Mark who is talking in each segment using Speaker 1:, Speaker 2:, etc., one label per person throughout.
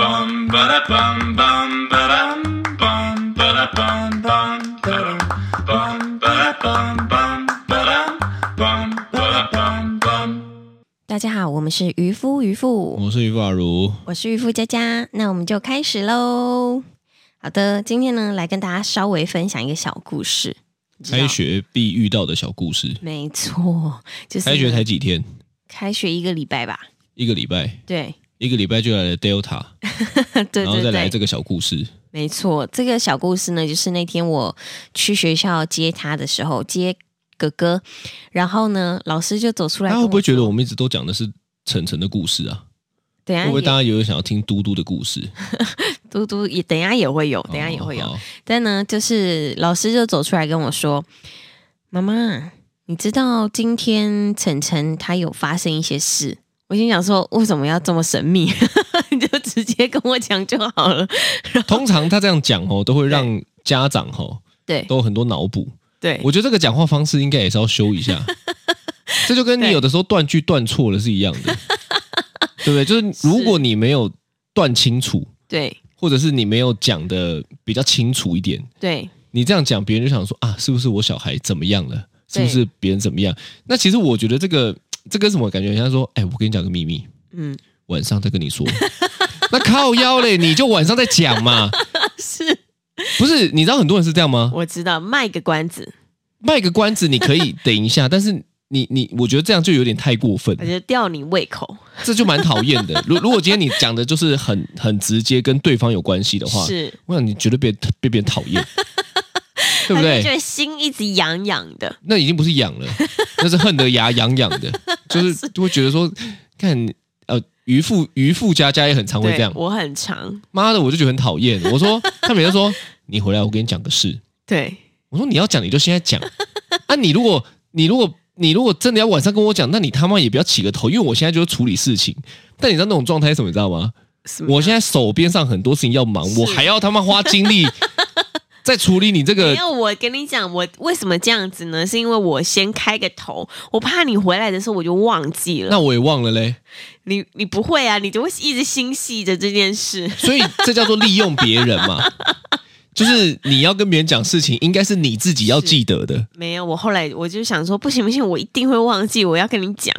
Speaker 1: bum ba da bum bum ba dum bum ba da bum bum ba dum bum ba da bum bum ba dum bum ba da bum bum.
Speaker 2: 大家好，我们是渔夫渔妇，
Speaker 3: 我是于法如，
Speaker 2: 我是渔夫佳佳，那我们就开始喽。好的，今天呢，来跟大家稍微分享一个小故事。知道
Speaker 3: 开学必遇到的小故事。
Speaker 2: 没错，就是
Speaker 3: 开学才几天？
Speaker 2: 开学一个礼拜吧。
Speaker 3: 一个礼拜，
Speaker 2: 对，
Speaker 3: 一个礼拜就来了 Delta，
Speaker 2: 对对
Speaker 3: 然后
Speaker 2: 对，
Speaker 3: 再来这个小故事。
Speaker 2: 没错，这个小故事呢，就是那天我去学校接他的时候，接哥哥，然后呢，老师就走出
Speaker 3: 大
Speaker 2: 来
Speaker 3: 家
Speaker 2: 跟
Speaker 3: 啊会
Speaker 2: 我，
Speaker 3: 不会觉得我们一直都讲的是晨晨的故事啊？
Speaker 2: 等一
Speaker 3: 会不会大
Speaker 2: 下
Speaker 3: 家也有想要听嘟嘟的故事？
Speaker 2: 也嘟嘟也等一下也会有，等一下也会有，
Speaker 3: 哦好
Speaker 2: 但呢，就是老师就走出来跟我说：“妈妈，你知道今天晨晨他有发生一些事。”我心想说，为什么要这么神秘？ 你就直接跟我讲就好了。
Speaker 3: 通常他这样讲哦，都会让家长哦
Speaker 2: 对
Speaker 3: 都有很多脑补。
Speaker 2: 对，
Speaker 3: 我觉得这个讲话方式应该也是要修一下，这就跟你
Speaker 2: 对
Speaker 3: 有的时候断句断错了是一样的，对不对？就是如果你没有断清楚，
Speaker 2: 对
Speaker 3: 或者是你没有讲的比较清楚一点，
Speaker 2: 对
Speaker 3: 你这样讲，别人就想说啊，是不是我小孩怎么样了？是
Speaker 2: 对
Speaker 3: 不是别人怎么样？那其实我觉得这个这跟什么感觉？很像说，哎、我跟你讲个秘密，
Speaker 2: 嗯，
Speaker 3: 晚上再跟你说。那靠腰嘞，你就晚上再讲嘛。
Speaker 2: 是
Speaker 3: 不是，你知道很多人是这样吗？
Speaker 2: 我知道，卖个关子，
Speaker 3: 卖个关子，你可以等一 下，但是你你，我觉得这样就有点太过分
Speaker 2: 我，觉得吊你胃口
Speaker 3: 这就蛮讨厌 的。如如果今天你讲的就是很很直接，跟对方有关系的话，
Speaker 2: 是，
Speaker 3: 我想你绝对被被别人讨 厌，对不
Speaker 2: 他就
Speaker 3: 对？
Speaker 2: 觉得心一直痒痒的。
Speaker 3: 那已经不是痒 了，那是恨得牙痒痒的，就是就会觉得说，看呃，渔夫渔夫家家也很常会
Speaker 2: 对
Speaker 3: 这样，
Speaker 2: 我很长，
Speaker 3: 妈的，我就觉得很讨厌。我说他每次说你回来，我跟你讲个事。
Speaker 2: 对
Speaker 3: 我说你要讲你就现在讲， 啊，你如果你如果你如果真的要晚上跟我讲，那你他妈也不要起个头，因为我现在就是处理事情。但你知道那种状态是什么，你知道吗？
Speaker 2: 什么
Speaker 3: 我现在手边上很多事情要忙，
Speaker 2: 是
Speaker 3: 我还要他妈花精力 在处理你这
Speaker 2: 没
Speaker 3: 个
Speaker 2: 有，我跟你讲，我为什么这样子呢？是因为我先开个头，我怕你回来的时候我就忘记了。
Speaker 3: 那我也忘了嘞，
Speaker 2: 你你不会啊，你就会一直心系着这件事。
Speaker 3: 所以这叫做利用别人嘛， 就是你要跟别人讲事情，应该是你自己要记得的。
Speaker 2: 没有，我后来我就想说，不行不行，我一定会忘记，我要跟你讲。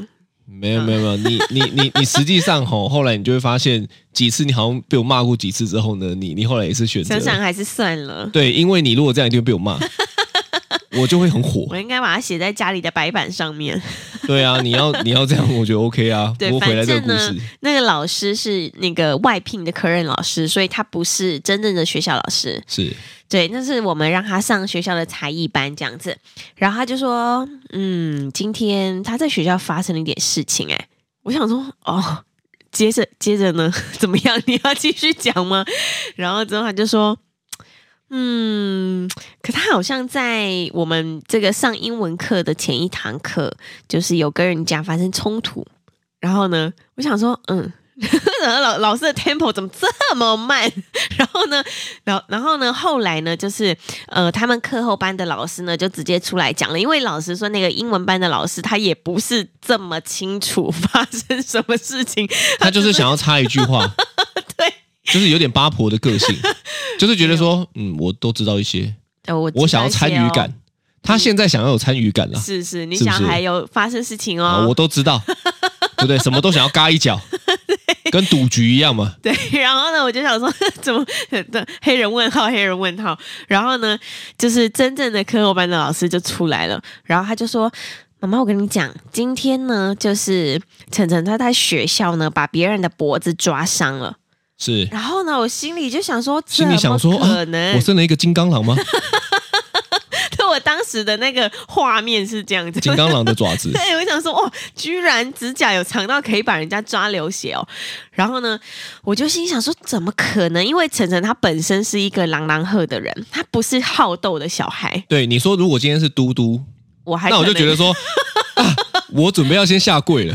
Speaker 3: 没有没有没有，你你你你实际上吼，后来你就会发现，几次你好像被我骂过几次之后呢，你你后来也是选择
Speaker 2: 想想还是算了，
Speaker 3: 对，因为你如果这样，一定会被我骂，我就会很火
Speaker 2: 我。应该把它写在家里的白板上 面。
Speaker 3: 对啊，你要你要这样，我觉得 OK 啊。
Speaker 2: 对
Speaker 3: 不过回来这个故
Speaker 2: 反正
Speaker 3: 事，
Speaker 2: 那个老师是那个外聘的科任老师，所以他不是真正的学校老师。
Speaker 3: 是
Speaker 2: 对，那是我们让他上学校的才艺班这样子，然后他就说，嗯，今天他在学校发生了一点事情、哎，我想说，哦，接着接着呢， 怎么样？你要继续讲吗？然后之后他就说，嗯，可他好像在我们这个上英文课的前一堂课，就是有跟人家发生冲突，然后呢，我想说，嗯。 然后老老师的 tempo 怎么这么慢？ 然后呢，然后然后呢，后来呢，就是呃，他们课后班的老师呢，就直接出来讲了，因为老师说那个英文班的老师他也不是这么清楚 发生什么事情，
Speaker 3: 他就是想要插一句话，
Speaker 2: 对，
Speaker 3: 就是有点八婆的个 性，就是觉得说，嗯，我都知道一些，
Speaker 2: 呃我
Speaker 3: 我
Speaker 2: 知
Speaker 3: 想
Speaker 2: 道
Speaker 3: 要
Speaker 2: 一些
Speaker 3: 参与感。他现在想要有参与感
Speaker 2: 哦，
Speaker 3: 啦，
Speaker 2: 是是，你
Speaker 3: 是不
Speaker 2: 小
Speaker 3: 是
Speaker 2: 孩有发生事情
Speaker 3: 啊，
Speaker 2: 哦，
Speaker 3: 我都知 道，对不对？什么都想要嘎一脚，跟赌局一样 嘛。
Speaker 2: 对，然后呢，我就想说， 怎么对黑人问号，黑人问号。然后呢，就是真正的课后班的老师就出来了，然后他就说：“妈妈，我跟你讲，今天呢，就是晨晨他在学校呢把别人的脖子抓伤了。
Speaker 3: 是”，
Speaker 2: 然后呢，我心里就想说，
Speaker 3: 心里想说啊
Speaker 2: 怎么可能
Speaker 3: 我生了一个金刚狼吗？
Speaker 2: 对我当时的那个画面是这样子，
Speaker 3: 金刚狼的爪子，
Speaker 2: 对，我想说，哇，居然指甲有长到可以把人家抓流血哦。然后呢，我就心想说，怎么可能？因为晨晨他本身是一个狼狼赫的人，他不是好斗的小孩。
Speaker 3: 对你说，如果今天是嘟嘟，
Speaker 2: 我还
Speaker 3: 那我
Speaker 2: 可
Speaker 3: 就
Speaker 2: 能
Speaker 3: 觉得 说，啊我准备要先下跪了，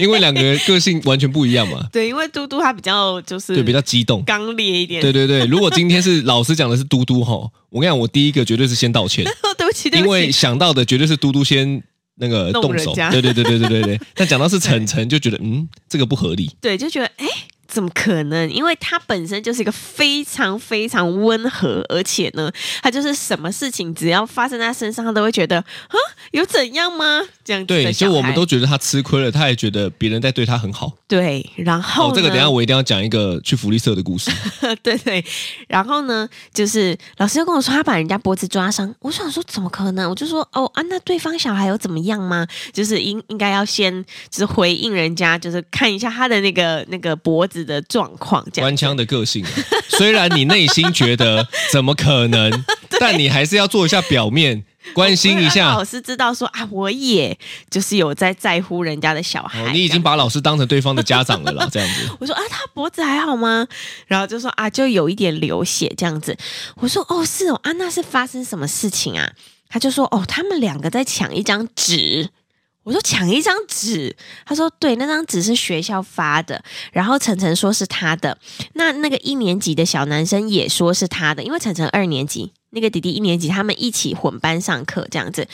Speaker 3: 因为两个人个性完全不一样嘛，
Speaker 2: 对，因为嘟嘟他比较就是
Speaker 3: 对，比较激动。
Speaker 2: 刚烈一点。
Speaker 3: 对对对，如果今天是老师讲的是嘟嘟吼，我跟你讲，我第一个绝对是先道歉，
Speaker 2: 哦， 对不起，对
Speaker 3: 因
Speaker 2: 不
Speaker 3: 为
Speaker 2: 起，
Speaker 3: 想到的绝对是嘟嘟先那个
Speaker 2: 弄
Speaker 3: 动
Speaker 2: 人
Speaker 3: 手。
Speaker 2: 家
Speaker 3: 对对对对对对对。但讲到是晨晨，就觉得嗯，这个不合理。
Speaker 2: 对，就觉得哎，怎么可能？因为他本身就是一个非常非常温和，而且呢，他就是什么事情只要发生在他身上，他都会觉得啊，有怎样吗？这样子的
Speaker 3: 对，
Speaker 2: 小
Speaker 3: 就
Speaker 2: 孩
Speaker 3: 我们都觉得他吃亏了，他也觉得别人在对他很好。
Speaker 2: 对。然后、
Speaker 3: 哦
Speaker 2: 呢，
Speaker 3: 这个等一下我一定要讲一个去福利社的故事。
Speaker 2: 对对，然后呢，就是老师又跟我说他把人家脖子抓伤，我想说怎么可能？我就说哦啊，那对方小孩有怎么样吗？就是应应该要先就是回应人家，就是看一下他的那个那个脖子的状况，这样
Speaker 3: 官腔的个性啊、虽然你内心觉得怎么可 能，但你还是要做一下表面，关心一
Speaker 2: 会让
Speaker 3: 下
Speaker 2: 老。师知道说啊，我也就是有在在乎人家的小孩。
Speaker 3: 哦，你已
Speaker 2: 这样
Speaker 3: 经把老师当成对方的家长了 啦，这样子。
Speaker 2: 我说啊，他脖子还好吗？然后就说啊，就有一点流血这样子。我说哦，是哦，啊，那是发生什么事情啊？他就说哦，他们两个在抢一张纸。我说抢一张纸，他说对，那张纸是学校发的，然后晨晨说是他的，那那个一年级的小男生也说是他的，因为晨晨二年级，那个弟弟一年级，他们一起混班上课这样子，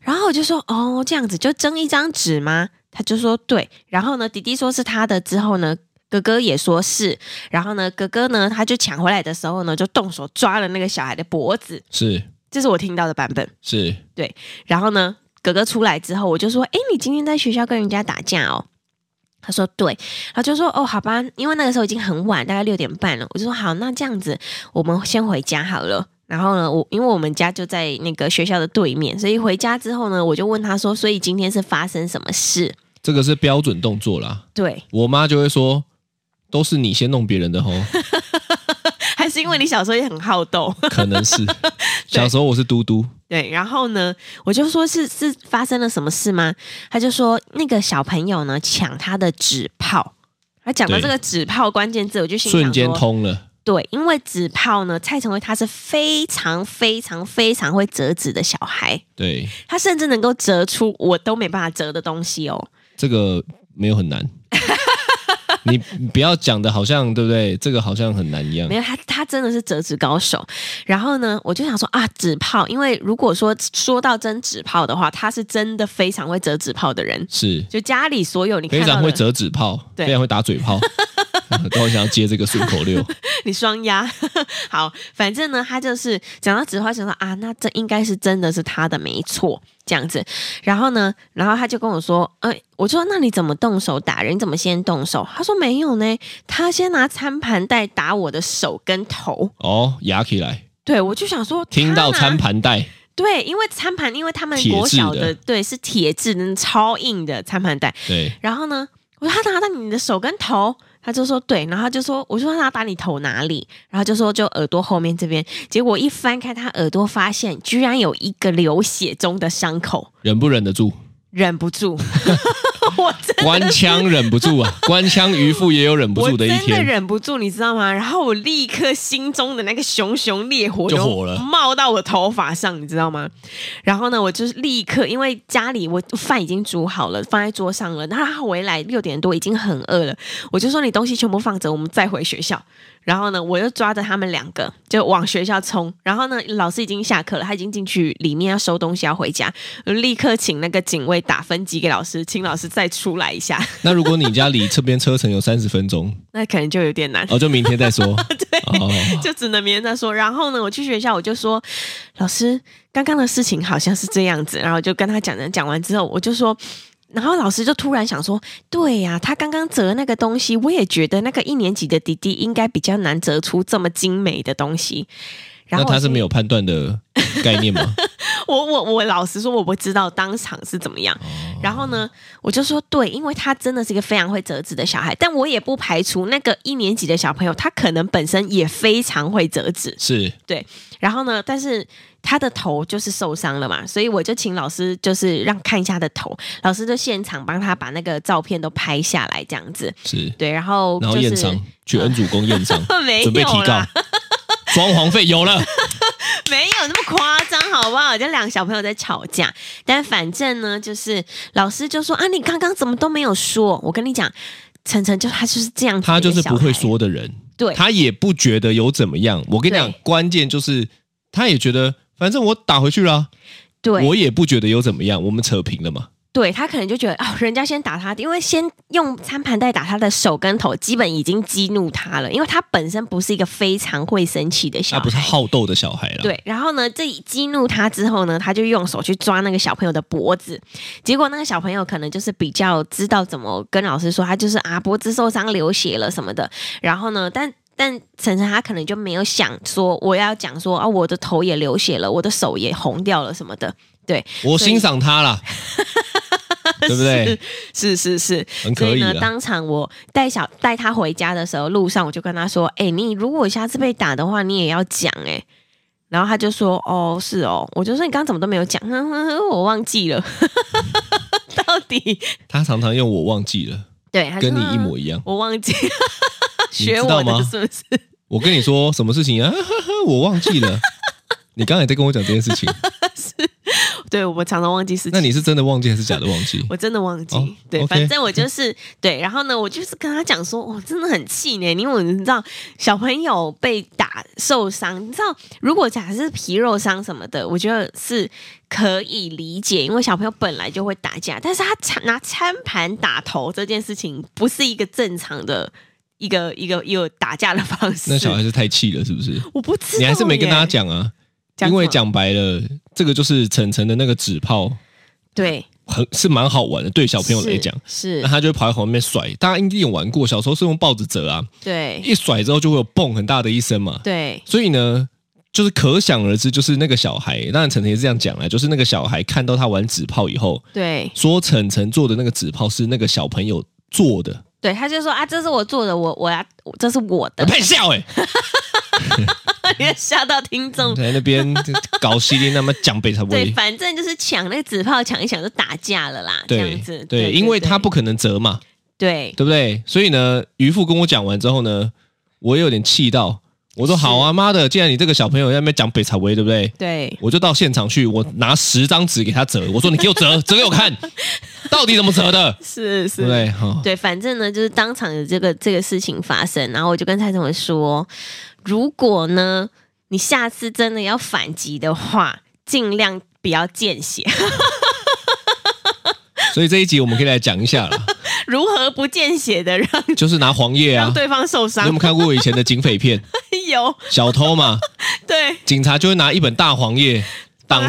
Speaker 2: 然后我就说哦，这样子就争一张纸吗？他就说对，然后呢，弟弟说是他的，之后呢，哥哥也说是，然后呢，哥哥呢，他就抢回来的时候呢，就动手抓了那个小孩的脖子，
Speaker 3: 是
Speaker 2: 这是我听到的版本。
Speaker 3: 是，
Speaker 2: 然后呢，哥哥出来之后，我就说：“诶，你今天在学校跟人家打架哦？”他说：“对。”然后就说：“哦，好吧，因为那个时候已经很晚，大概六点半了。”我就说：“好，那这样子，我们先回家好了。”然后呢，我因为我们家就在那个学校的对面，所以回家之后呢，我就问他说：“所以今天是发生什么事
Speaker 3: 这个是标准动作啦。？”
Speaker 2: 对，
Speaker 3: 我妈就会说，都是你先弄别人的哦 吼，
Speaker 2: 还是因为你小时候也很好斗。
Speaker 3: 可能是。小时候我是嘟嘟，
Speaker 2: 对，然后呢，我就说是是发生了什么事吗？他就说那个小朋友呢抢他的纸炮，他讲到
Speaker 3: 对
Speaker 2: 这个纸炮关键字，我就心想
Speaker 3: 瞬间
Speaker 2: 说
Speaker 3: 通了。
Speaker 2: 对，因为纸炮呢，蔡成威他是非常非常非常会折纸的小孩，
Speaker 3: 对，
Speaker 2: 他甚至能够折出我都没办法折的东西哦。
Speaker 3: 这个没有很 难。你不要讲的好像对不对？这个好像很难一样
Speaker 2: 没。有，他他真的是折纸高手。然后呢，我就想说啊，纸炮，因为如果说说到真纸炮的话，他是真的非常会折纸炮的人。
Speaker 3: 是
Speaker 2: 就家里所有你看
Speaker 3: 非
Speaker 2: 到
Speaker 3: 常
Speaker 2: 的
Speaker 3: 会折纸炮，
Speaker 2: 对
Speaker 3: 非常会打嘴 炮。 都很想要接这个顺口溜，
Speaker 2: 你双压 好，反正呢，他就是讲到纸花，想说啊，那这应该是真的是他的没错，这样子。然后呢，然后他就跟我说，呃，我就说那你怎么动手打人？你怎么先动手？他说没有呢，他先拿餐盘带打我的手跟头。
Speaker 3: 哦，压起来，
Speaker 2: 对，我就想说，
Speaker 3: 听到
Speaker 2: 他拿
Speaker 3: 餐盘带，
Speaker 2: 对，因为餐盘，因为他们
Speaker 3: 铁
Speaker 2: 国
Speaker 3: 制
Speaker 2: 小
Speaker 3: 的
Speaker 2: 的对是铁质的超硬的餐盘带，
Speaker 3: 对，
Speaker 2: 然后呢，我说他拿到你的手跟头，他就说对，然后他就说我说他打你头哪里，然后就说就耳朵后面这边，结果一翻开他耳朵，发现居然有一个流血中的伤口，
Speaker 3: 忍不忍得 住？
Speaker 2: 忍不住， 我真
Speaker 3: 官腔忍不住啊，官腔渔夫也有忍不
Speaker 2: 我
Speaker 3: 住的一
Speaker 2: 真的
Speaker 3: 天。
Speaker 2: 忍不住，你知道吗？然后我立刻心中的那个熊熊烈火
Speaker 3: 就火了
Speaker 2: 冒到我头发上，你知道吗？然后呢，我就是立刻，因为家里我饭已经煮好了，放在桌上了。那他回来六点多，已经很饿了，我就说你东西全部放着，我们再回学校。然后呢，我又抓着他们两个就往学校冲。然后呢，老师已经下课了，他已经进去里面要收东西要回家，我立刻请那个警卫打分级给老师，请老师再出来一下。
Speaker 3: 那如果你家离这边车程有三十分钟，
Speaker 2: 那可能就有点难。
Speaker 3: 哦，就明天 再说。哦，
Speaker 2: 就只能明天再说。然后呢，我去学校我就说，老师，刚刚的事情好像是这样子。然后我就跟他讲讲，讲完之后我就说。然后老师就突然想说：“对呀、他刚刚折那个东西，我也觉得那个一年级的弟弟应该比较难折出这么精美的东西。”然
Speaker 3: 那
Speaker 2: 后我
Speaker 3: 他是
Speaker 2: 心里
Speaker 3: 没有判断的概念 吗？
Speaker 2: 我我我老实说，我不知道当场是怎么样。然后呢，我就说对，因为他真的是一个非常会折纸的小孩，但我也不排除那个一年级的小朋友，他可能本身也非常会折纸。
Speaker 3: 是
Speaker 2: 然后呢，但是他的头就是受伤了嘛，所以我就请老师就是让看一下他的头，老师就现场帮他把那个照片都拍下来，这样子。
Speaker 3: 是，
Speaker 2: 对，然后
Speaker 3: 然后
Speaker 2: 就
Speaker 3: 验
Speaker 2: 是啊
Speaker 3: 伤，去恩主公验伤，
Speaker 2: 没
Speaker 3: 准备提
Speaker 2: 有
Speaker 3: 告
Speaker 2: 啦，，
Speaker 3: 装潢费有了。
Speaker 2: 没有那么夸张，好不好？就两个小朋友在吵架，但反正呢，就是老师就说啊，你刚刚怎么都没有说？我跟你讲，晨晨就他就是这样子的
Speaker 3: 他
Speaker 2: 一个
Speaker 3: 就是
Speaker 2: 小孩，
Speaker 3: 不会说的人，
Speaker 2: 对
Speaker 3: 他也不觉得有怎么样。我跟你讲
Speaker 2: 对，
Speaker 3: 关键就是他也觉得，反正我打回去了啊、
Speaker 2: 对，
Speaker 3: 我也不觉得有怎么样。我们扯平了嘛，
Speaker 2: 对他可能就觉得哦，人家先打他，因为先用餐盘袋打他的手跟头，基本已经激怒他了，因为他本身不是一个非常会生气的小
Speaker 3: 他
Speaker 2: 孩，
Speaker 3: 不是好斗的小孩了。，
Speaker 2: 对，然后呢，这一激怒他之后呢，他就用手去抓那个小朋友的脖子，结果那个小朋友可能就是比较知道怎么跟老师说，他就是啊脖子受伤流血了什么的，然后呢，但。但晨晨他可能就没有想说我要讲说啊我的头也流血了，我的手也红掉了什么的，
Speaker 3: 我欣赏他啦，对不对？
Speaker 2: 是是是，
Speaker 3: 很
Speaker 2: 所
Speaker 3: 可以啊
Speaker 2: 呢，
Speaker 3: 啦。
Speaker 2: 当场我带小带他回家的时候，路上我就跟他说：“哎、你如果下次被打的话，你也要讲哎、欸然后他就说：“哦，是哦。”我就说：“你刚刚怎么都没有讲？”呵呵呵我忘记了， 到底
Speaker 3: 他常常用我忘记了，
Speaker 2: 对，他说
Speaker 3: 跟你一，
Speaker 2: 啊
Speaker 3: 模一样。
Speaker 2: 我忘记，
Speaker 3: 你
Speaker 2: 学
Speaker 3: 知
Speaker 2: 我
Speaker 3: 道
Speaker 2: 的
Speaker 3: 吗
Speaker 2: 是不是？
Speaker 3: 我跟你说什么事情啊？ 我忘记了。你刚才在跟我讲这件事情，
Speaker 2: 对我常常忘记事情。
Speaker 3: 那你是真的忘记还是假的忘记？
Speaker 2: 我真的忘记，
Speaker 3: 哦
Speaker 2: 对
Speaker 3: OK
Speaker 2: 反正我 就是对，然后呢，我就是跟他讲说，我真的很气呢，因为我你知道小朋友被打受伤，你知道如果假设是皮肉伤什么的，我觉得是可以理解，因为小朋友本来就会打架，但是他餐拿餐盘打头这件事情，不是一个正常的一个一个一个打架的方式。
Speaker 3: 那小孩是太气了，是不是？
Speaker 2: 我不知道耶，
Speaker 3: 你还是没跟大家讲啊，
Speaker 2: 讲什
Speaker 3: 因
Speaker 2: 么
Speaker 3: 为讲白了，这个就是晨晨的那个纸炮，
Speaker 2: 对
Speaker 3: 很是蛮好玩的，对小朋友来讲。
Speaker 2: 是
Speaker 3: 那
Speaker 2: 是
Speaker 3: 他就会跑在旁边甩，大家一定有玩过，小时候是用报纸折啊，
Speaker 2: 对
Speaker 3: 一甩之后就会有蹦很大的一声嘛。
Speaker 2: 对
Speaker 3: 所以呢，就是可想而知，就是那个小孩，当然晨晨也是这样讲啦，啊就是那个小孩看到他玩纸炮以后，
Speaker 2: 对
Speaker 3: 说晨晨做的那个纸炮是那个小朋友做的，
Speaker 2: 对，他就说啊，这是我做的，我我要这是我的
Speaker 3: 我，配笑哎、
Speaker 2: 别吓到听众。
Speaker 3: 在那边搞西林那么讲北才不
Speaker 2: 对，
Speaker 3: 会。
Speaker 2: 反正就是抢那个纸炮，抢一抢就打架了啦，这样
Speaker 3: 对
Speaker 2: 子。
Speaker 3: 对，因为他不可能折嘛，
Speaker 2: 对
Speaker 3: 对不对？所以呢，渔夫跟我讲完之后呢，我也有点气到，我说
Speaker 2: 是
Speaker 3: 好啊，妈的，既然你这个小朋友在那边讲北草威，对不对？
Speaker 2: 对
Speaker 3: 我就到现场去，我拿十张纸给他折，我说你给我折， 折给我看，到底怎么折的，
Speaker 2: 是是
Speaker 3: 对不对？哈、
Speaker 2: 对，反正呢，就是当场有这个这个事情发生，然后我就跟蔡总文说，如果呢你下次真的要反击的话，尽量不要见血。
Speaker 3: 所以这一集我们可以来讲一下 了，
Speaker 2: 如何不见血的让
Speaker 3: 就是拿黄叶啊
Speaker 2: 让，对方受
Speaker 3: 你有
Speaker 2: 伤
Speaker 3: 没有？看过以前的警匪片？
Speaker 2: 有
Speaker 3: 小偷嘛，
Speaker 2: 对
Speaker 3: 警察就会拿一本大黄叶
Speaker 2: 放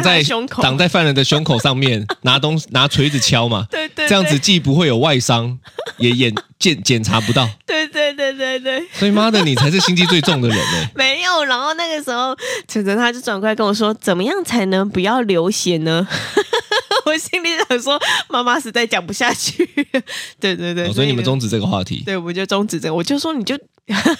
Speaker 3: 挡
Speaker 2: 在他
Speaker 3: 在
Speaker 2: 胸口
Speaker 3: 挡在犯人的胸口上 面，拿东拿锤子敲嘛，
Speaker 2: 对对，
Speaker 3: 这样子既不会有外伤，也检检检查不到。
Speaker 2: 对对对对对。
Speaker 3: 所以妈的，你才是心机最重的人欸呢、
Speaker 2: 没有，然后那个时候晨晨他就转过来跟我说：“怎么样才能不要流血呢？” 我心里想说：“妈妈实在讲不下去。” 对 对对，
Speaker 3: 哦所以你们
Speaker 2: 呢
Speaker 3: 终止这个话题。
Speaker 2: 对，我们就终止这个，我就说你就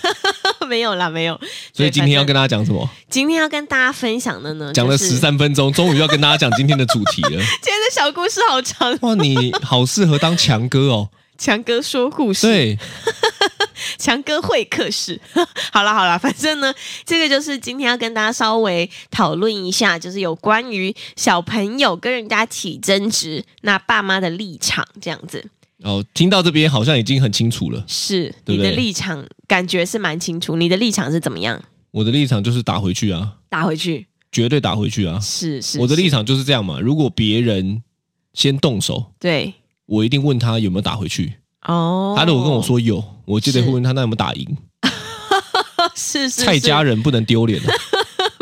Speaker 2: 没有啦，没有。
Speaker 3: 所以今天要跟
Speaker 2: 大
Speaker 3: 大家讲什么？
Speaker 2: 今天要跟大家分享的呢，
Speaker 3: 讲了
Speaker 2: 就是
Speaker 3: 十，三分钟，终于要跟大家讲今天的主题 了。
Speaker 2: 今天的小故事好长。
Speaker 3: 哇，你好适合当强哥哦！
Speaker 2: 强哥说故事，
Speaker 3: 对，
Speaker 2: 强哥会客室。 好了好了，反正呢，这个就是今天要跟大家稍微讨论一下，就是有关于小朋友跟人家起争执，那爸妈的立场这样子。
Speaker 3: 哦，听到这边好像已经很清楚了。
Speaker 2: 是
Speaker 3: 对不
Speaker 2: 你的
Speaker 3: 对
Speaker 2: 立场，感觉是蛮清楚。你的立场是怎么样？
Speaker 3: 我的立场就是打回去啊，
Speaker 2: 打回去
Speaker 3: 绝对打回去啊！
Speaker 2: 是是
Speaker 3: 我的立
Speaker 2: 是
Speaker 3: 场就是这样嘛。如果别人先动手，
Speaker 2: 对
Speaker 3: 我一定问他有没有打回去。
Speaker 2: 哦。
Speaker 3: 他如果跟我说有，我就得
Speaker 2: 是
Speaker 3: 问他那有没有打赢。
Speaker 2: 是是
Speaker 3: 蔡家
Speaker 2: 人，
Speaker 3: 人不能丢脸啊，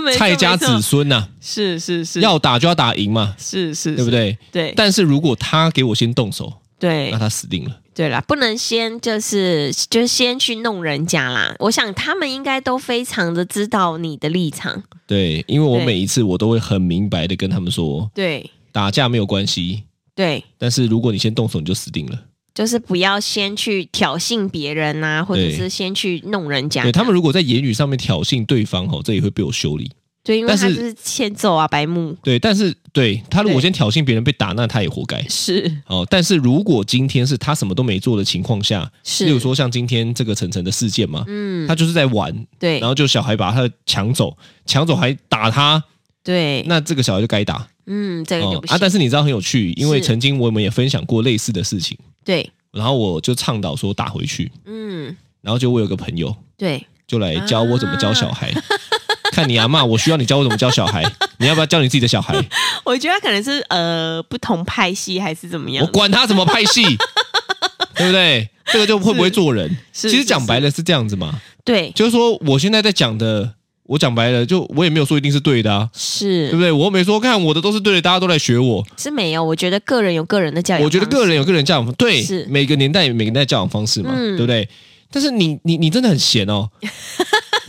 Speaker 2: 没错
Speaker 3: 蔡家
Speaker 2: 没错
Speaker 3: 子孙呐，
Speaker 2: 是是是
Speaker 3: 要打就要打赢嘛，
Speaker 2: 是是
Speaker 3: 对不
Speaker 2: 是
Speaker 3: 对？
Speaker 2: 对
Speaker 3: 但是如果他给我先动手，
Speaker 2: 对
Speaker 3: 那他死定了。
Speaker 2: 对啦，不能先就是就是先去弄人家啦。我想他们应该都非常的知道你的立场，
Speaker 3: 对，因为我
Speaker 2: 对
Speaker 3: 每一次我都会很明白的跟他们说，
Speaker 2: 对
Speaker 3: 打架没有关系，
Speaker 2: 对，
Speaker 3: 但是如果你先动手，你就死定了。
Speaker 2: 就是不要先去挑衅别人呐、或者
Speaker 3: 对
Speaker 2: 是先去弄人家。
Speaker 3: 对他们如果在言语上面挑衅对方，吼，这也会被我修理。
Speaker 2: 对，因为
Speaker 3: 但
Speaker 2: 他
Speaker 3: 是
Speaker 2: 就是欠揍啊，白目
Speaker 3: 对，但是对他如果
Speaker 2: 对
Speaker 3: 先挑衅别人被打，那他也活该。
Speaker 2: 是
Speaker 3: 哦，但是如果今天是他什么都没做的情况下，
Speaker 2: 是，
Speaker 3: 例如说像今天这个晨晨的事件嘛，
Speaker 2: 嗯
Speaker 3: 他，就是在玩，
Speaker 2: 对
Speaker 3: 然后就小孩把他抢走，抢走还打他，
Speaker 2: 对，
Speaker 3: 那这个小孩就该打。
Speaker 2: 嗯，这个就
Speaker 3: 哦
Speaker 2: 不行、
Speaker 3: 啊，但是你知道很有趣，因为
Speaker 2: 是
Speaker 3: 曾经我们也分享过类似的事情。
Speaker 2: 对，
Speaker 3: 然后我就倡导说打回去，
Speaker 2: 嗯，
Speaker 3: 然后就我有个朋友
Speaker 2: 对，啊
Speaker 3: 就来教我怎么教小孩，看你阿嬷，我需要你教我怎么教小孩，你要不要叫你自己的小孩？
Speaker 2: 我觉得他可能是呃不同派系还是怎么样
Speaker 3: 我，管他什么派系， 对不对？这个就会不会做人。
Speaker 2: 是
Speaker 3: 其实
Speaker 2: 是
Speaker 3: 讲
Speaker 2: 是
Speaker 3: 白了是这样子嘛，
Speaker 2: 对，
Speaker 3: 就是说我现在在讲的，我讲白了，就我也没有说一定是对的啊，
Speaker 2: 是
Speaker 3: 对不对？我又没说看我的都是对的，大家都来学我。
Speaker 2: 是没有。我觉得个人有个人的教养，
Speaker 3: 我觉得个人有个人教养方，对
Speaker 2: 是，
Speaker 3: 每个年代有每个年代教养方式嘛，
Speaker 2: 嗯
Speaker 3: 对不对？但是你你你真的很闲 哦。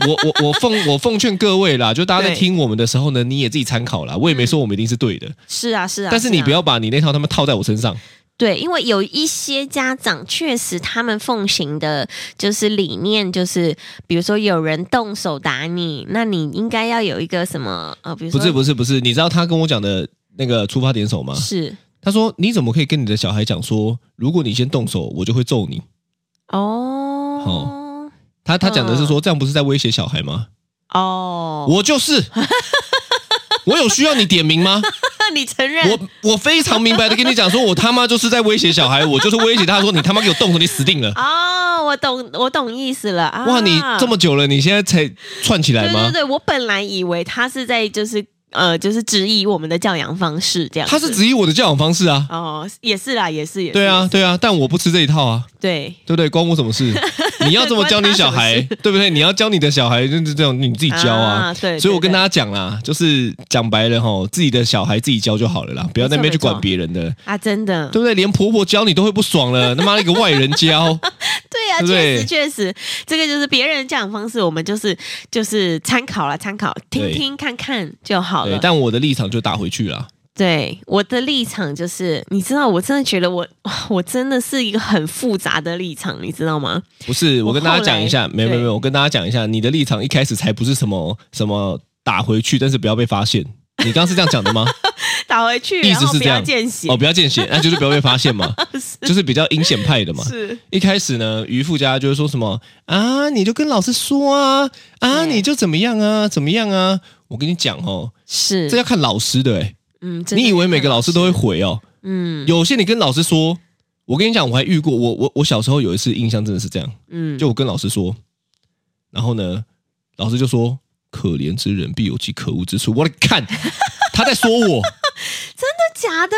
Speaker 3: 我我我奉我奉劝各位啦，就大家在
Speaker 2: 对
Speaker 3: 听我们的时候呢，你也自己参考啦。我也没说我们一定是对的，
Speaker 2: 是啊是啊，
Speaker 3: 但是
Speaker 2: 啊
Speaker 3: 你不要把你那套他们套在我身上。
Speaker 2: 对，因为有一些家长确实他们奉行的就是理念，就是比如说有人动手打你，那你应该要有一个什么呃，比如
Speaker 3: 不
Speaker 2: 说
Speaker 3: 是不是不是，你知道他跟我讲的那个出发点是什么吗？
Speaker 2: 是
Speaker 3: 他说你怎么可以跟你的小孩讲说，如果你先动手，我就会揍你？
Speaker 2: 哦
Speaker 3: 他他讲的是说，这样不是在威胁小孩吗？
Speaker 2: 嗯哦，
Speaker 3: 我 就是，我有需要你点名吗？
Speaker 2: 你承认
Speaker 3: 我我非常明白的跟你讲，说我他妈就是在威胁小孩，我就是威胁他说你他妈给我动手，你死定了！
Speaker 2: 哦，我懂我懂意思了啊！
Speaker 3: 哇，你这么久了，你现在才串起来
Speaker 2: 对对
Speaker 3: 吗？
Speaker 2: 对，我本来以为他是在就是呃就是质疑我们的教养方式这样子，
Speaker 3: 他是质疑我的教养方式啊，
Speaker 2: 哦也是啦，也是也是
Speaker 3: 对啊，对啊，但我不吃这一套啊，
Speaker 2: 对
Speaker 3: 对不对？关我什么 事？你要这么教你小孩，
Speaker 2: 关他什么
Speaker 3: 对不对？你要教你的小孩，就是这种你自己教啊。
Speaker 2: 对，
Speaker 3: 所以我
Speaker 2: 对
Speaker 3: 跟
Speaker 2: 对
Speaker 3: 大家讲啦，就是讲白了吼，自己的小孩自己教就好了啦，不要在那边去
Speaker 2: 没错没
Speaker 3: 管
Speaker 2: 错
Speaker 3: 别人的，
Speaker 2: 啊真的
Speaker 3: 对不对？连婆婆教你都会不爽了，他妈一个外人教，
Speaker 2: 对呀、
Speaker 3: 对不
Speaker 2: 确
Speaker 3: 对
Speaker 2: 实确实，这个就是别人的教养方式，我们就是就是参考了，参考听
Speaker 3: 对
Speaker 2: 听看看就 好
Speaker 3: 对
Speaker 2: 了。。
Speaker 3: 但我的立场就打回去了。
Speaker 2: 对我的立场就是，你知道，我真的觉得我 哇我真的是一个很复杂的立场，你知道吗？
Speaker 3: 不是，
Speaker 2: 我
Speaker 3: 我跟大家讲一下，
Speaker 2: 后来
Speaker 3: 没有没有
Speaker 2: 对
Speaker 3: 没有，我跟大家讲一下，你的立场一开始才不是什么什么打回去，但是不要被发现。你刚刚是这样讲 的吗？
Speaker 2: 打回去，
Speaker 3: 意
Speaker 2: 然
Speaker 3: 思
Speaker 2: 后
Speaker 3: 是
Speaker 2: 不
Speaker 3: 这
Speaker 2: 要
Speaker 3: 样
Speaker 2: 见血，
Speaker 3: 哦，不要见血，那就是不要被发现嘛，就是比较阴险派的嘛。
Speaker 2: 是
Speaker 3: 一开始呢，渔夫家就会说什么啊，你就跟老师说啊，啊，
Speaker 2: 对
Speaker 3: 你就怎么样啊，怎么样啊。我跟你讲哦，
Speaker 2: 是，
Speaker 3: 这要看老师的、欸，
Speaker 2: 嗯，真的
Speaker 3: 你以为每个
Speaker 2: 看
Speaker 3: 老师都会回哦？
Speaker 2: 嗯
Speaker 3: 有些你跟老师说，我跟你讲，我还遇过，我我我小时候有一次印象真的是这样，
Speaker 2: 嗯
Speaker 3: 就我跟老师说，然后呢，老师就说：“可怜之人必有其可恶之处。”我的看，他在说我，
Speaker 2: 假的，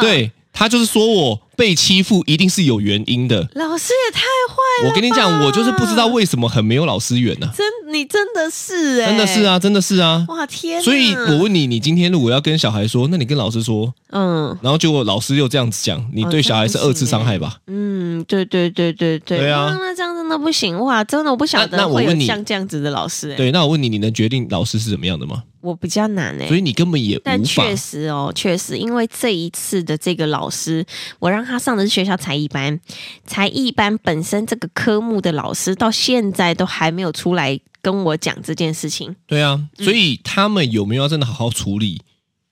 Speaker 3: 对 对，他就是说我被欺负一定是有原因的。
Speaker 2: 老师也太坏了吧，
Speaker 3: 我跟你讲，我就是不知道为什么很没有老师缘呢、
Speaker 2: 真你真的是、欸，哎
Speaker 3: 真的是，啊，真的是啊。
Speaker 2: 哇天哪，
Speaker 3: 所以我问你，你今天如果要跟小孩说，那你跟老师说，
Speaker 2: 嗯
Speaker 3: 然后结果老师又这样子讲，你
Speaker 2: 哦
Speaker 3: 对小孩是
Speaker 2: 这样不
Speaker 3: 二次
Speaker 2: 行
Speaker 3: 伤害吧？
Speaker 2: 嗯，对对对对对，
Speaker 3: 对啊
Speaker 2: 哇那这样真的不行哇！真的我不晓
Speaker 3: 那那
Speaker 2: 得
Speaker 3: 我
Speaker 2: 会有
Speaker 3: 问你
Speaker 2: 像这样子的老师、欸，
Speaker 3: 对，那我问你，你能决定老师是怎么样的吗？
Speaker 2: 我比较难哎、
Speaker 3: 所以你根本也
Speaker 2: 但
Speaker 3: 无法
Speaker 2: 确实哦，确实，因为这一次的这个老师，我让他上的是学校才艺班，才艺班本身这个科目的老师到现在都还没有出来跟我讲这件事情，
Speaker 3: 对啊，
Speaker 2: 嗯
Speaker 3: 所以他们有没有要真的好好处理，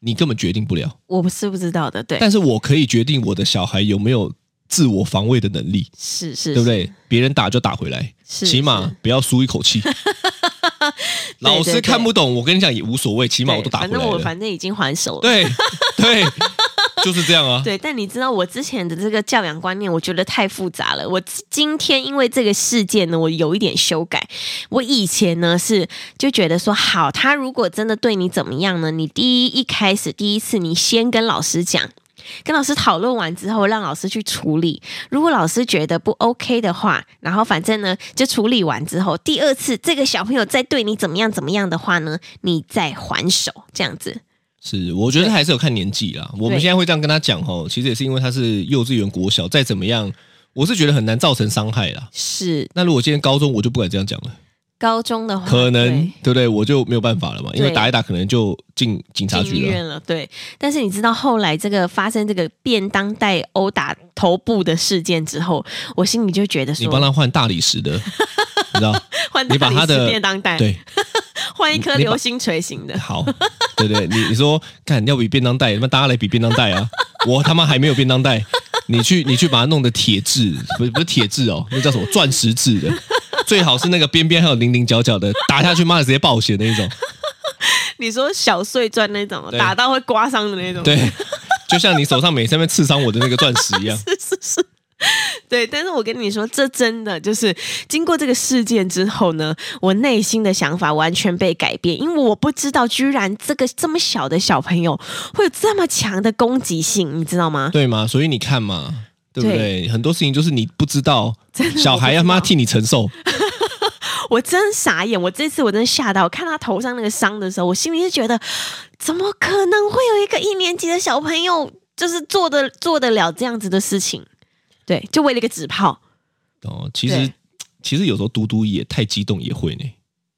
Speaker 3: 你根本决定不了。
Speaker 2: 我不是不知道的，对，
Speaker 3: 但是我可以决定我的小孩有没有自我防卫的能力，
Speaker 2: 是是，
Speaker 3: 对不？对？别人打就打回来，
Speaker 2: 是，
Speaker 3: 起码
Speaker 2: 是
Speaker 3: 不要输一口 气。老师看不懂，我跟你讲也无所谓，起码我都
Speaker 2: 对
Speaker 3: 打回
Speaker 2: 反
Speaker 3: 来
Speaker 2: 正我
Speaker 3: 了。
Speaker 2: 反正已经还手了。
Speaker 3: 对 对，就是这样啊。
Speaker 2: 对，但你知道我之前的这个教养观念，我觉得太复杂了。我今天因为这个事件呢，我有一点修改。我以前呢是就觉得说，好，他如果真的对你怎么样呢，你第一一开始第一次，你先跟老师讲。跟老师讨论完之后，让老师去处理。如果老师觉得不 OK 的话，然后反正呢，就处理完之后，第二次这个小朋友再对你怎么样怎么样的话呢，你再还手，这样子。
Speaker 3: 是，我觉得还是有看年纪啦。我们
Speaker 2: 对
Speaker 3: 现在会这样跟他讲哦，其实也是因为他是幼稚园、国小，再怎么样，我是觉得很难造成伤害啦。
Speaker 2: 是
Speaker 3: 那如果今天高中，我就不敢这样讲了。
Speaker 2: 高中的话，
Speaker 3: 可能
Speaker 2: 哦对
Speaker 3: 对不对？我就没有办法了嘛，因为
Speaker 2: 对
Speaker 3: 打一打可能就进警察
Speaker 2: 进医
Speaker 3: 局了。
Speaker 2: 院了，对。但是你知道后来这个发生这个便当袋殴打头部的事件之后，我心里就觉得
Speaker 3: 你
Speaker 2: 说，
Speaker 3: 帮他换大理石 的，你知道？
Speaker 2: 换
Speaker 3: 你把
Speaker 2: 大理
Speaker 3: 他
Speaker 2: 石
Speaker 3: 的
Speaker 2: 便当袋，
Speaker 3: 对，
Speaker 2: 换一颗
Speaker 3: 你把
Speaker 2: 流星锤型的，
Speaker 3: 好，对不对？你你说，看要比便当袋，他妈大家来比便当袋 啊！我他妈还没有便当袋，你去你去把它弄的铁质，不是不是铁质哦，那叫什么钻石质的，最好是那个边边还有棱棱角角的，打下去妈的直接爆血那一种。
Speaker 2: 你说小碎钻那种，
Speaker 3: 对
Speaker 2: 打到会刮伤的那种，
Speaker 3: 对，就像你手上每次在那边刺伤我的那个钻石一样。
Speaker 2: 是是是，对，但是我跟你说，这真的就是经过这个事件之后呢，我内心的想法完全被改变，因为我不知道，居然这个这么小的小朋友会有这么强的攻击性，你知道吗？
Speaker 3: 对嘛？所以你看嘛，对不
Speaker 2: 对
Speaker 3: 对？很多事情就是你不知道，
Speaker 2: 的
Speaker 3: 小孩
Speaker 2: 我不知
Speaker 3: 他
Speaker 2: 道
Speaker 3: 妈替你承受。
Speaker 2: 我真傻眼，我这次我真吓到，我看他头上那个伤的时候，我心里是觉得，怎么可能会有一个一年级的小朋友就是做的做得了这样子的事情？对，就为了一个纸炮，
Speaker 3: 哦，其实
Speaker 2: 对
Speaker 3: 其实有时候嘟嘟也太激动也会呢，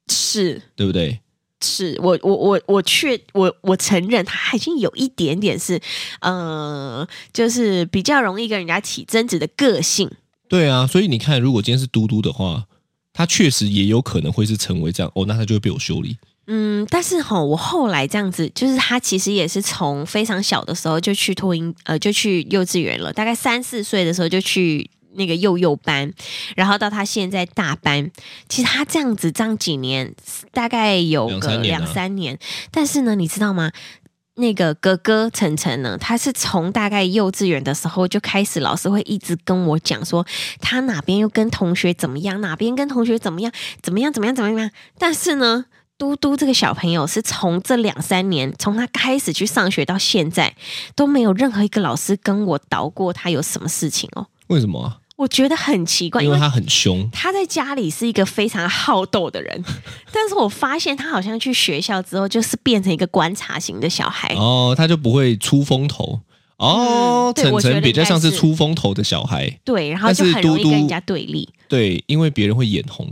Speaker 2: 是
Speaker 3: 对不对？
Speaker 2: 是我我我我确我我承认他已经有一点点是，呃，就是比较容易跟人家起争执的个性，
Speaker 3: 对啊，所以你看，如果今天是嘟嘟的话，他确实也有可能会是成为这样哦，那他就会被我修理。
Speaker 2: 嗯，但是吼，我后来这样子，就是他其实也是从非常小的时候就去托婴，呃，就去幼稚园了，大概三四岁的时候就去那个幼幼班，然后到他现在大班，其实他这样子这样几年，大概有
Speaker 3: 两
Speaker 2: 个
Speaker 3: 三年啊
Speaker 2: 两三年，但是呢，你知道吗？那个哥哥晨晨呢，他是从大概幼稚园的时候就开始，老师会一直跟我讲说，他哪边又跟同学怎么样，哪边跟同学怎么样，怎么样，怎么样，怎么样。但是呢，嘟嘟这个小朋友是从这两三年，从他开始去上学到现在，都没有任何一个老师跟我捣过他有什么事情哦。
Speaker 3: 为什么啊？
Speaker 2: 我觉得很奇怪，
Speaker 3: 因
Speaker 2: 因
Speaker 3: 为
Speaker 2: 为
Speaker 3: 他很凶。
Speaker 2: 他在家里是一个非常好斗的 人，但是我发现他好像去学校之后，就是变成一个观察型的小孩。
Speaker 3: 哦，他就不会出风头。哦
Speaker 2: 哎嗯，对
Speaker 3: 晨
Speaker 2: 我觉得
Speaker 3: 晨比较像是
Speaker 2: 应该是
Speaker 3: 出风头的小孩，
Speaker 2: 对，然后就
Speaker 3: 但是
Speaker 2: 很容
Speaker 3: 嘟
Speaker 2: 易
Speaker 3: 嘟
Speaker 2: 跟人家对立。
Speaker 3: 对，因为别人会眼红，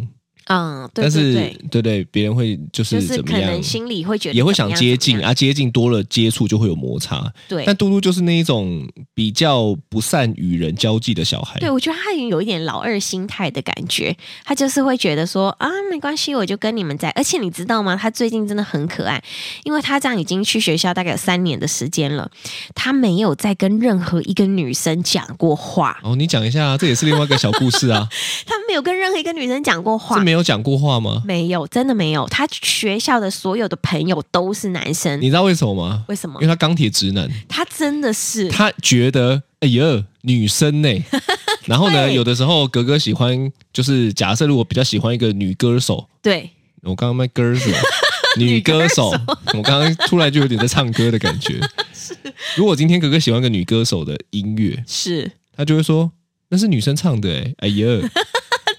Speaker 2: 嗯，对
Speaker 3: 但
Speaker 2: 对
Speaker 3: 是
Speaker 2: 对，
Speaker 3: 对对，别人会就是
Speaker 2: 就是
Speaker 3: 怎么
Speaker 2: 可能
Speaker 3: 样，
Speaker 2: 心里会觉得
Speaker 3: 也会
Speaker 2: 怎
Speaker 3: 想
Speaker 2: 么样
Speaker 3: 接
Speaker 2: 怎
Speaker 3: 近
Speaker 2: 么样
Speaker 3: 啊，接近多了接触就会有摩擦。
Speaker 2: 对，
Speaker 3: 但嘟嘟就是那一种比较不善与人交际的小孩
Speaker 2: 对，，我觉得他有一点老二心态的感觉，他就是会觉得说啊，没关系，我就跟你们在。而且你知道吗？他最近真的很可爱，因为他这样已经去学校大概有三年的时间了，他没有再跟任何一个女生讲过话，
Speaker 3: 哦，你讲一下啊，这也是另外一个小故事啊，
Speaker 2: 他没有跟任何一个女生讲过
Speaker 3: 是
Speaker 2: 话。嗯
Speaker 3: 没有讲过话吗？
Speaker 2: 没有，真的没有。他学校的所有的朋友都是男生
Speaker 3: 你，知道为什么吗？
Speaker 2: 为什么
Speaker 3: 因为？他钢铁直男，
Speaker 2: 他真的是
Speaker 3: 他觉得哎呀，女生 呢、然后呢，
Speaker 2: 对
Speaker 3: 有的时候格格喜欢，就是假设如果比较喜欢一个女歌手，
Speaker 2: 对，
Speaker 3: 我刚刚卖歌手， 女歌手，我刚刚出来就有点在唱歌的感 觉。如果今天格格喜欢一个女歌手的音乐，
Speaker 2: 是，
Speaker 3: 她就会说那是女生唱的、欸，哎呀，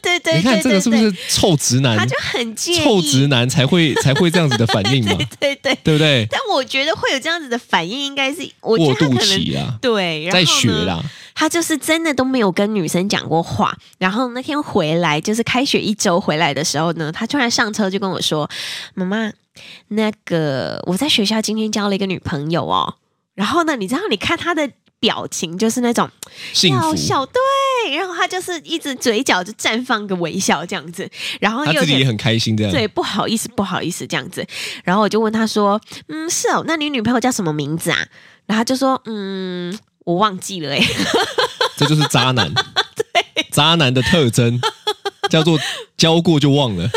Speaker 2: 对对对对对，
Speaker 3: 你看这个是不是臭直
Speaker 2: 他
Speaker 3: 男
Speaker 2: 就？很介意，
Speaker 3: 臭直男才会才会这样子的反应嘛，
Speaker 2: 对对。
Speaker 3: 对不对？
Speaker 2: 但我觉得会有这样子的反应，应该是我觉
Speaker 3: 过
Speaker 2: 得他
Speaker 3: 渡
Speaker 2: 可能
Speaker 3: 期啦，
Speaker 2: 对，然后
Speaker 3: 在
Speaker 2: 呢
Speaker 3: 学。啦，
Speaker 2: 他就是真的都没有跟女生讲过话。然后那天回来，就是开学一周回来的时候呢，他突然上车就跟我说：“妈妈，那个我在学校今天交了一个女朋友哦。”然后呢，你知道，你看他的表情就是那种
Speaker 3: 幸
Speaker 2: 要
Speaker 3: 福。
Speaker 2: 笑，对，然后他就是一直嘴角就绽放个微笑这样子，然后
Speaker 3: 他
Speaker 2: 又有
Speaker 3: 自己
Speaker 2: 点
Speaker 3: 也很开心，这样
Speaker 2: 对，不好意思，不好意思，这样子。然后我就问他说：“嗯，是哦，那你女朋友叫什么名字啊？”然后他就说：“嗯，我忘记了、欸， 哎，
Speaker 3: 这就是渣 男，渣男的特征叫做教过就忘了。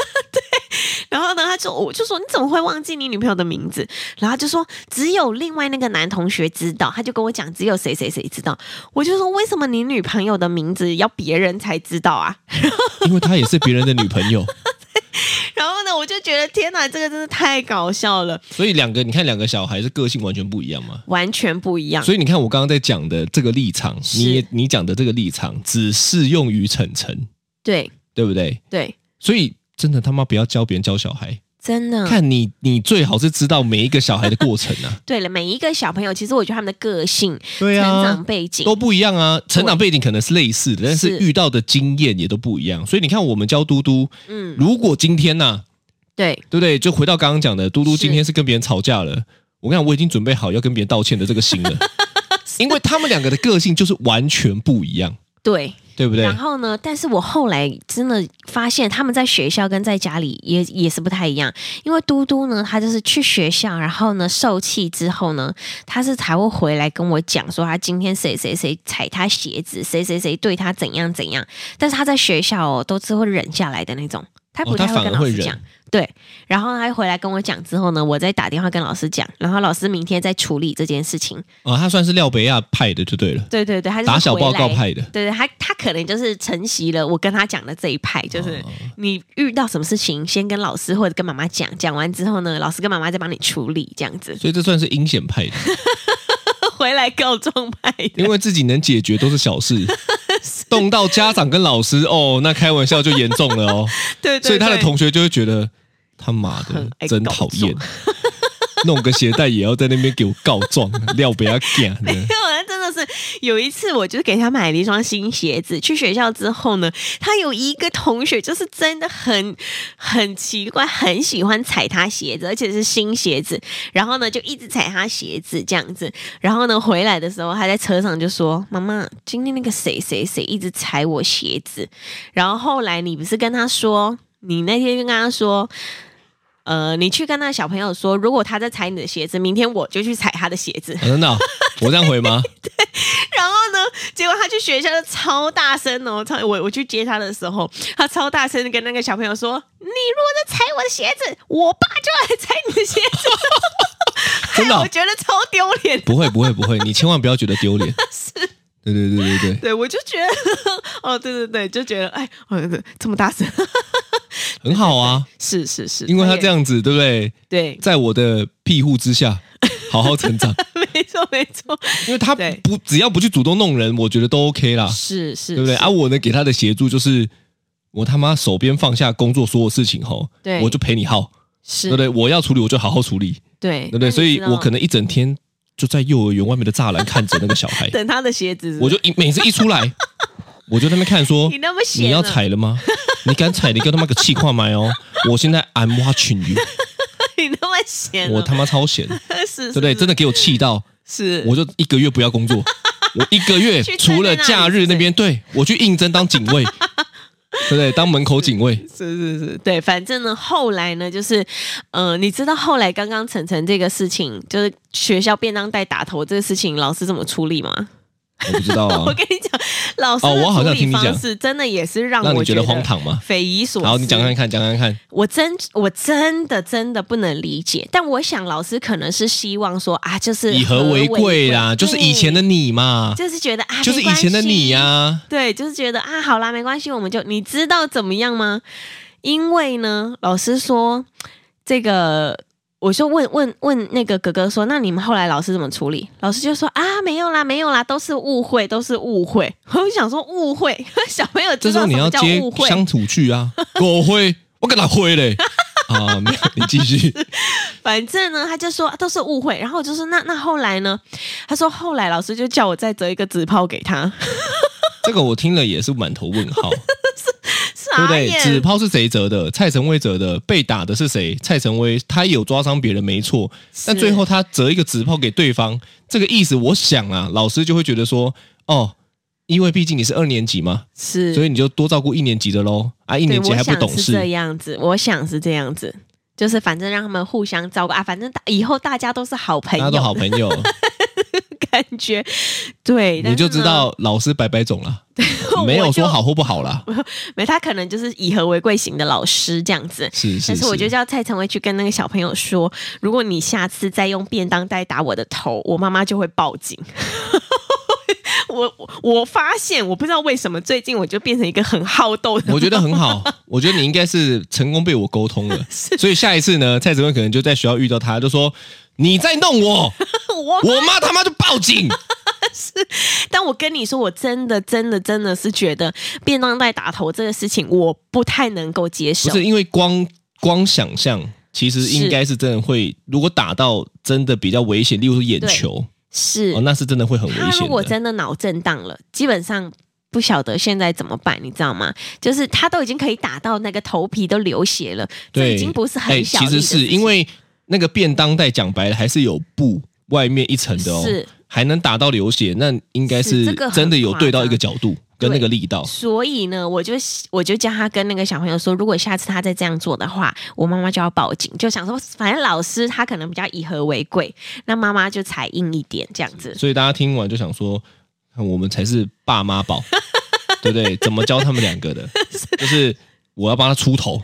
Speaker 2: 然后呢，他就我就说你怎么会忘记你女朋友的名字？然后他就说只有另外那个男同学知道，他就跟我讲只有谁谁谁知道。我就说为什么你女朋友的名字要别人才知道啊？
Speaker 3: 因为她也是别人的女朋友，
Speaker 2: 然后呢，我就觉得天哪，这个真的太搞笑了，
Speaker 3: 所以两个你看两个小孩是个性完全不一样嘛。
Speaker 2: 完全不一样。
Speaker 3: 所以你看我刚刚在讲的这个立场，
Speaker 2: 啊是
Speaker 3: 你也你讲的这个立场只适用于晨晨，
Speaker 2: 对
Speaker 3: 对不对？
Speaker 2: 对，
Speaker 3: 所以真的他妈不要教别人教小孩，
Speaker 2: 真的。
Speaker 3: 看你你最好是知道每一个小孩的过程啊，
Speaker 2: 对了，每一个小朋友，其实我觉得他们的个性、
Speaker 3: 对
Speaker 2: 成
Speaker 3: 啊
Speaker 2: 长。背景
Speaker 3: 都不一样啊，成长背景可能是类似的，但是
Speaker 2: 是
Speaker 3: 遇到的经验也都不一样。所以你看，我们教嘟嘟，
Speaker 2: 嗯，
Speaker 3: 如果今天呐、
Speaker 2: 对，
Speaker 3: 对不对？就回到刚刚讲的，嘟嘟
Speaker 2: 是
Speaker 3: 今天是跟别人吵架了，我跟你讲，我已经准备好要跟别人道歉的这个心 了，因为他们两个的个性就是完全不一样，
Speaker 2: 对。
Speaker 3: 对不对
Speaker 2: 然？后呢，但是我后来真的发现，他们在学校跟在家里也也是不太一样。因为嘟嘟呢，他就是去学校，然后呢受气之后呢，他是才会回来跟我讲说，他今天谁谁谁踩他鞋子，谁谁谁对他怎样怎样。但是他在学校哦，都是会忍下来的那种。他不
Speaker 3: 哦他
Speaker 2: 太会
Speaker 3: 反
Speaker 2: 跟
Speaker 3: 而
Speaker 2: 老
Speaker 3: 会
Speaker 2: 师
Speaker 3: 忍
Speaker 2: 讲。对，然后他回来跟我讲之后呢，我再打电话跟老师讲，然后老师明天再处理这件事情。
Speaker 3: 哦，他算是廖北亚派的就对了，
Speaker 2: 对对对，他就是
Speaker 3: 打小
Speaker 2: 回来
Speaker 3: 报告派的。
Speaker 2: 对对，他他可能就是承袭了我跟他讲的这一派，就是你遇到什么事情，先跟老师或者跟妈妈讲，讲完之后呢，老师跟妈妈再帮你处理，这样子
Speaker 3: 所以这算是阴险派的，
Speaker 2: 回来告状派
Speaker 3: 因
Speaker 2: 的。
Speaker 3: 为自己能解决都是小事，动到家长跟老师哦，那开玩笑就严重了哦。
Speaker 2: 对对对，
Speaker 3: 所以他的同学就会觉得他妈的
Speaker 2: 很爱
Speaker 3: 真
Speaker 2: 告
Speaker 3: 讨
Speaker 2: 状
Speaker 3: 厌，弄个鞋带也要在那边给我告状，料不要干的。
Speaker 2: 因为我真的是有一次，我就是给他买了一双新鞋子。去学校之后呢，他有一个同学就是真的很很奇怪，很喜欢踩他鞋子，而且是新鞋子。然后呢，就一直踩他鞋子这样子。然后呢，回来的时候他在车上就说：“妈妈，今天那个谁谁谁一直踩我鞋子。”然后后来你不是跟他说，你那天就跟他说。呃，你去跟那小朋友说，如果他在踩你的鞋子，明天我就去踩他的鞋子。
Speaker 3: 啊真的哦、我这样回吗？
Speaker 2: 然后呢，结果他去学校就超大声哦，超我我去接他的时候，他超大声的跟那个小朋友说：“你如果再踩我的鞋子，我爸就来踩你的鞋 子。
Speaker 3: 真的哦、
Speaker 2: 我觉得超丢脸。
Speaker 3: 不会不会不会，你千万不要觉得丢脸。对对对对对，
Speaker 2: 对，我就觉得， 哦，对对对，就觉得，哎，哦，这么 大声，
Speaker 3: 很好啊，
Speaker 2: 是是是，
Speaker 3: 因为他这
Speaker 2: 样，
Speaker 3: 样子，对不对？
Speaker 2: 对，
Speaker 3: 在我的庇护之下，好好成长。
Speaker 2: 没错没错，
Speaker 3: 因为他
Speaker 2: 对
Speaker 3: 不只要不去主动弄人，我觉得都 OK 啦，
Speaker 2: 是是，
Speaker 3: 对不对？啊，我呢给他的协助就是，我他妈手边放下工作所有事情后，
Speaker 2: 对
Speaker 3: 我就陪你耗，
Speaker 2: 是，啊
Speaker 3: 对不对？我要处理我就好好处理，
Speaker 2: 对
Speaker 3: 对不对？所以我可
Speaker 2: 能，
Speaker 3: 能一整天就在幼儿园外面的栅栏看着那个小孩
Speaker 2: 等他的鞋子，
Speaker 3: 我就一每次一出 来，我就在那边看说
Speaker 2: 你，那么闲，啊
Speaker 3: 你要，踩了吗？你敢踩，你给我他妈个气块买哦！我现在 I'm watching you，
Speaker 2: 你那么闲，啊
Speaker 3: 我他妈超闲，对
Speaker 2: 是，对
Speaker 3: 不对？真的给我气到，
Speaker 2: 是，
Speaker 3: 我就一个月不要工 作，我一个月
Speaker 2: 去
Speaker 3: 除了
Speaker 2: 站在那里
Speaker 3: 假日那边，对我去应征当警 卫，对不对？当门口警卫，
Speaker 2: 是是是，对，反正呢，后来呢，就是，呃，你知道后来刚刚晨晨这个事情，就是学校便当袋打头这个事情，老师怎么处理吗？
Speaker 3: 我不知道
Speaker 2: 我
Speaker 3: 啊，
Speaker 2: 跟你讲，老师
Speaker 3: 哦我好
Speaker 2: 的
Speaker 3: 像
Speaker 2: 处理
Speaker 3: 听你讲
Speaker 2: 方式真的也是让
Speaker 3: 让
Speaker 2: 我
Speaker 3: 你觉
Speaker 2: 觉
Speaker 3: 得荒唐吗？
Speaker 2: 匪夷所思。
Speaker 3: 然后你讲看看，讲看看，
Speaker 2: 我真我真的真的不能理解，但我想老师可能是希望说啊，就是
Speaker 3: 以和为贵啦，就是以前的，你嘛
Speaker 2: 对，就是觉得啊，
Speaker 3: 就是
Speaker 2: 没关
Speaker 3: 以前的你
Speaker 2: 系
Speaker 3: 呀、啊，
Speaker 2: 对，就是觉得啊，好啦，没关系，我们就你知道怎么样吗？因为呢，老师说这个，我就问问问那个哥哥说，那你们后来老师怎么处理？老师就说啊，没有啦，没有啦，都是误会，都是误会。 我就想说误会， 小朋友
Speaker 3: 这
Speaker 2: 知
Speaker 3: 时
Speaker 2: 道
Speaker 3: 候
Speaker 2: 什
Speaker 3: 你要
Speaker 2: 么叫
Speaker 3: 接
Speaker 2: 误会，
Speaker 3: 乡土剧啊，我会，我跟他会 嘞。啊，没有，你继续。
Speaker 2: 反正呢，他就说啊都是误会。然后我就说那那后来呢？他说后来老师就叫我再折一个纸炮给他，
Speaker 3: 这个我听了也是满头问号，对不
Speaker 2: 傻
Speaker 3: 对？纸
Speaker 2: 眼。
Speaker 3: 炮是谁折的？蔡成威折的。被打的是谁？蔡成威，他有抓伤别人没错，但
Speaker 2: 是
Speaker 3: 最后他折一个纸炮给对方，这个意思，我想啊，老师就会觉得说，哦，因为毕竟你是二年级嘛，
Speaker 2: 是，
Speaker 3: 所以你就多照顾一年级的喽。啊，一
Speaker 2: 对，
Speaker 3: 年级
Speaker 2: 我
Speaker 3: 还不
Speaker 2: 想
Speaker 3: 懂
Speaker 2: 是这
Speaker 3: 事，
Speaker 2: 样子，我想是这样子，就是反正让他们互相照顾啊，反正大以后大家都是好朋
Speaker 3: 大家都
Speaker 2: 友，
Speaker 3: 好朋友，
Speaker 2: 感觉对，但
Speaker 3: 你就是知
Speaker 2: 呢
Speaker 3: 道老师白白种了，
Speaker 2: 我
Speaker 3: 没有说
Speaker 2: 就
Speaker 3: 好或不好啦。
Speaker 2: 没他可能就是以和为贵型的老师这样子。
Speaker 3: 是是，
Speaker 2: 但是我就是叫蔡成威去跟那个小朋友说，如果你下次再用便当袋打我的头，我妈妈就会报警。 我我我发现，我不知道为什么最近我就变成一个很好斗的，
Speaker 3: 我觉得很好，我觉得你应该是成功被我沟通了，所以下一次呢，蔡成威可能就在学校遇到他，就说你在弄我。
Speaker 2: 我
Speaker 3: 我妈他妈就报警。
Speaker 2: 但我跟你说，我真的、真的、真的是觉得便当袋打头这个事情，我不太能够接
Speaker 3: 不
Speaker 2: 受。
Speaker 3: 是因为光光想象，其实应该是真的会，如果打到真的比较危险，例如说眼球，
Speaker 2: 是
Speaker 3: 哦，那是真的会很危
Speaker 2: 他啊如
Speaker 3: 险
Speaker 2: 果
Speaker 3: 的。
Speaker 2: 真的脑震荡了，基本上不晓得现在怎么办，你知道吗？就是他都已经可以打到那个头皮都流血了，这
Speaker 3: 对，
Speaker 2: 已经不是很
Speaker 3: 哎
Speaker 2: 小力
Speaker 3: 其
Speaker 2: 的事
Speaker 3: 实是
Speaker 2: 情、
Speaker 3: 因为那个便当袋，讲白了还是有布外面一层的哦，
Speaker 2: 是，
Speaker 3: 还能打到流血，那应该
Speaker 2: 是
Speaker 3: 是
Speaker 2: 这个很
Speaker 3: 真的有对到一个
Speaker 2: 夸
Speaker 3: 角度跟那个力道。
Speaker 2: 所以呢，我就我就叫他跟那个小朋友说，如果下次他再这样做的话，我妈妈就要报警。就想说，反正老师他可能比较以和为贵，那妈妈就才硬一点这样子。
Speaker 3: 所以大家听完就想说，看我们才是爸妈宝，对不对？怎么教他们两个的？就是我要帮他出头。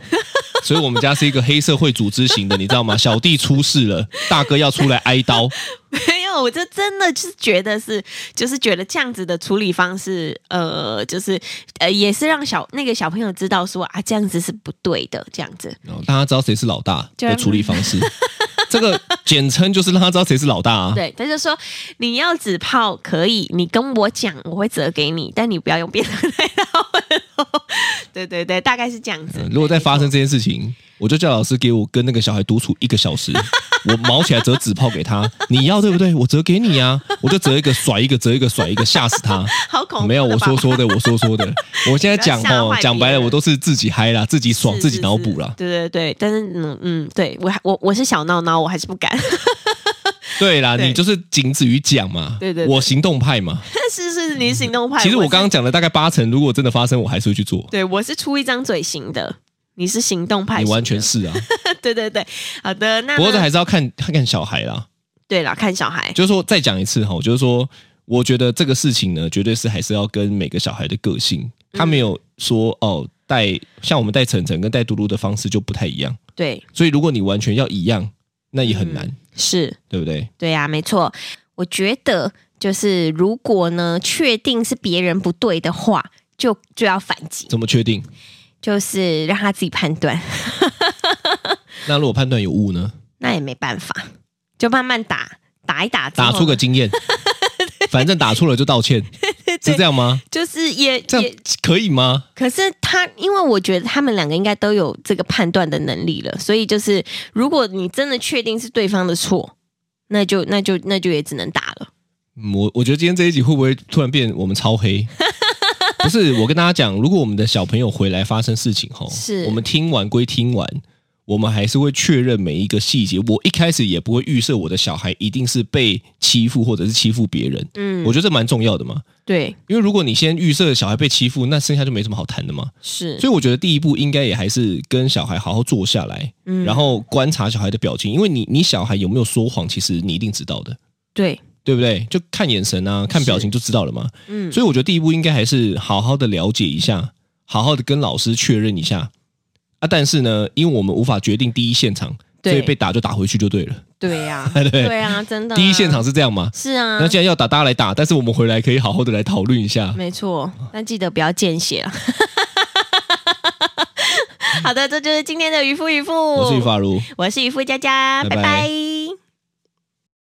Speaker 3: 所以我们家是一个黑社会组织型的，你知道吗？小弟出事了，大哥要出来挨刀。
Speaker 2: 没有，我就真的就是觉得是，就是觉得这样子的处理方式，呃，就是呃，也是让小那个小朋友知道说啊，这样子是不对的，这样子。
Speaker 3: 然后大家知道谁是老大
Speaker 2: 就
Speaker 3: 的处理方式，这个简称就是让他知道谁是老大啊。
Speaker 2: 对，他就说你要纸炮可以，你跟我讲，我会折给你，但你不要用便当袋到我头。 对对对，大概是这样子
Speaker 3: 嗯。如果再发生这件事情，我就叫老师给我跟那个小孩独处一个小时，我毛起来折纸炮给他，你要对不对？我折给你啊，我就折一个甩一个，折一个甩一个，吓死他。
Speaker 2: 好哦恐怖的吧，
Speaker 3: 没有，我说说的，我说说的。 我现在讲
Speaker 2: 不要
Speaker 3: 哦，
Speaker 2: 吓坏别人
Speaker 3: 讲白了，我都是自己嗨啦，自己爽，
Speaker 2: 是
Speaker 3: 自己脑补啦。
Speaker 2: 是是对对对，但是嗯嗯，对我还我我是小闹闹，我还是不敢。
Speaker 3: 对啦，
Speaker 2: 对
Speaker 3: 你就是仅止于讲嘛，
Speaker 2: 对对对
Speaker 3: 我行动派嘛。
Speaker 2: 是是，你行动派。
Speaker 3: 其实我
Speaker 2: 是
Speaker 3: 刚刚讲的大概八成，如果真的发生，我还是会去做。
Speaker 2: 对我是出一张嘴型的，你是行动派型
Speaker 3: 你
Speaker 2: 的，
Speaker 3: 完全是 啊，
Speaker 2: 对对对，好的，那
Speaker 3: 不过这
Speaker 2: 呢
Speaker 3: 还是要看 看看小孩啦。
Speaker 2: 对了，看小孩，
Speaker 3: 就是说，再讲一次哈，就是说，我觉得这个事情呢，绝对是还是要跟每个小孩的个性，
Speaker 2: 嗯
Speaker 3: 他没有说哦，带像我们带晨晨跟带嘟嘟的方式就不太一样，
Speaker 2: 对，
Speaker 3: 所以如果你完全要一样，那也很难，
Speaker 2: 嗯是，
Speaker 3: 对不对？
Speaker 2: 对呀、没错，我觉得就是如果呢，确定是别人不对的话，就就要反击，
Speaker 3: 怎么确定？
Speaker 2: 就是让他自己判断，
Speaker 3: 那如果判断有误呢？
Speaker 2: 那也没办法，就慢慢打，打一打之后，
Speaker 3: 打出个经验， 反正打错了就道歉，是这样吗？
Speaker 2: 就是也
Speaker 3: 这
Speaker 2: 也
Speaker 3: 样，可以吗？
Speaker 2: 可是他，因为我觉得他们两个应该都有这个判断的能力了，所以就是如果你真的确定是对方的错，那就那就那就也只能打了。
Speaker 3: 嗯，我我觉得今天这一集会不会突然变我们超 黑？不是，我跟大家讲，如果我们的小朋友回来发生事情后，
Speaker 2: 是
Speaker 3: 我们听完归听完，我们还是会确认每一个细节。我一开始也不会预设我的小孩一定是被欺负或者是欺负别人，
Speaker 2: 嗯，
Speaker 3: 我觉得这蛮重要的嘛。
Speaker 2: 对，
Speaker 3: 因为如果你先预设小孩被欺负，那剩下就没什么好谈的嘛。
Speaker 2: 是，
Speaker 3: 所以我觉得第一步应该也还是跟小孩好好坐下来，
Speaker 2: 嗯
Speaker 3: 然后观察小孩的表情，因为你你小孩有没有说谎，其实你一定知道的。
Speaker 2: 对，
Speaker 3: 对不对？就看眼神啊，看表情就知道了嘛。
Speaker 2: 嗯，
Speaker 3: 所以我觉得第一步应该还是好好的了解一下，好好的跟老师确认一下啊。但是呢，因为我们无法决定第一现场，所
Speaker 2: 对
Speaker 3: 以被打就打回去就对了。
Speaker 2: 对呀、
Speaker 3: 对不对
Speaker 2: 对啊，真的啊、
Speaker 3: 第一现场是这样嘛？
Speaker 2: 是啊
Speaker 3: 那，既然要打，大家来打，但是我们回来可以好好的来讨论一下。
Speaker 2: 没错，但记得不要见 血
Speaker 3: 嗯
Speaker 2: 了。好的，这就是今天的渔夫渔夫，
Speaker 3: 我是于发如。
Speaker 2: 我是渔夫佳佳，
Speaker 3: 拜拜
Speaker 2: 拜拜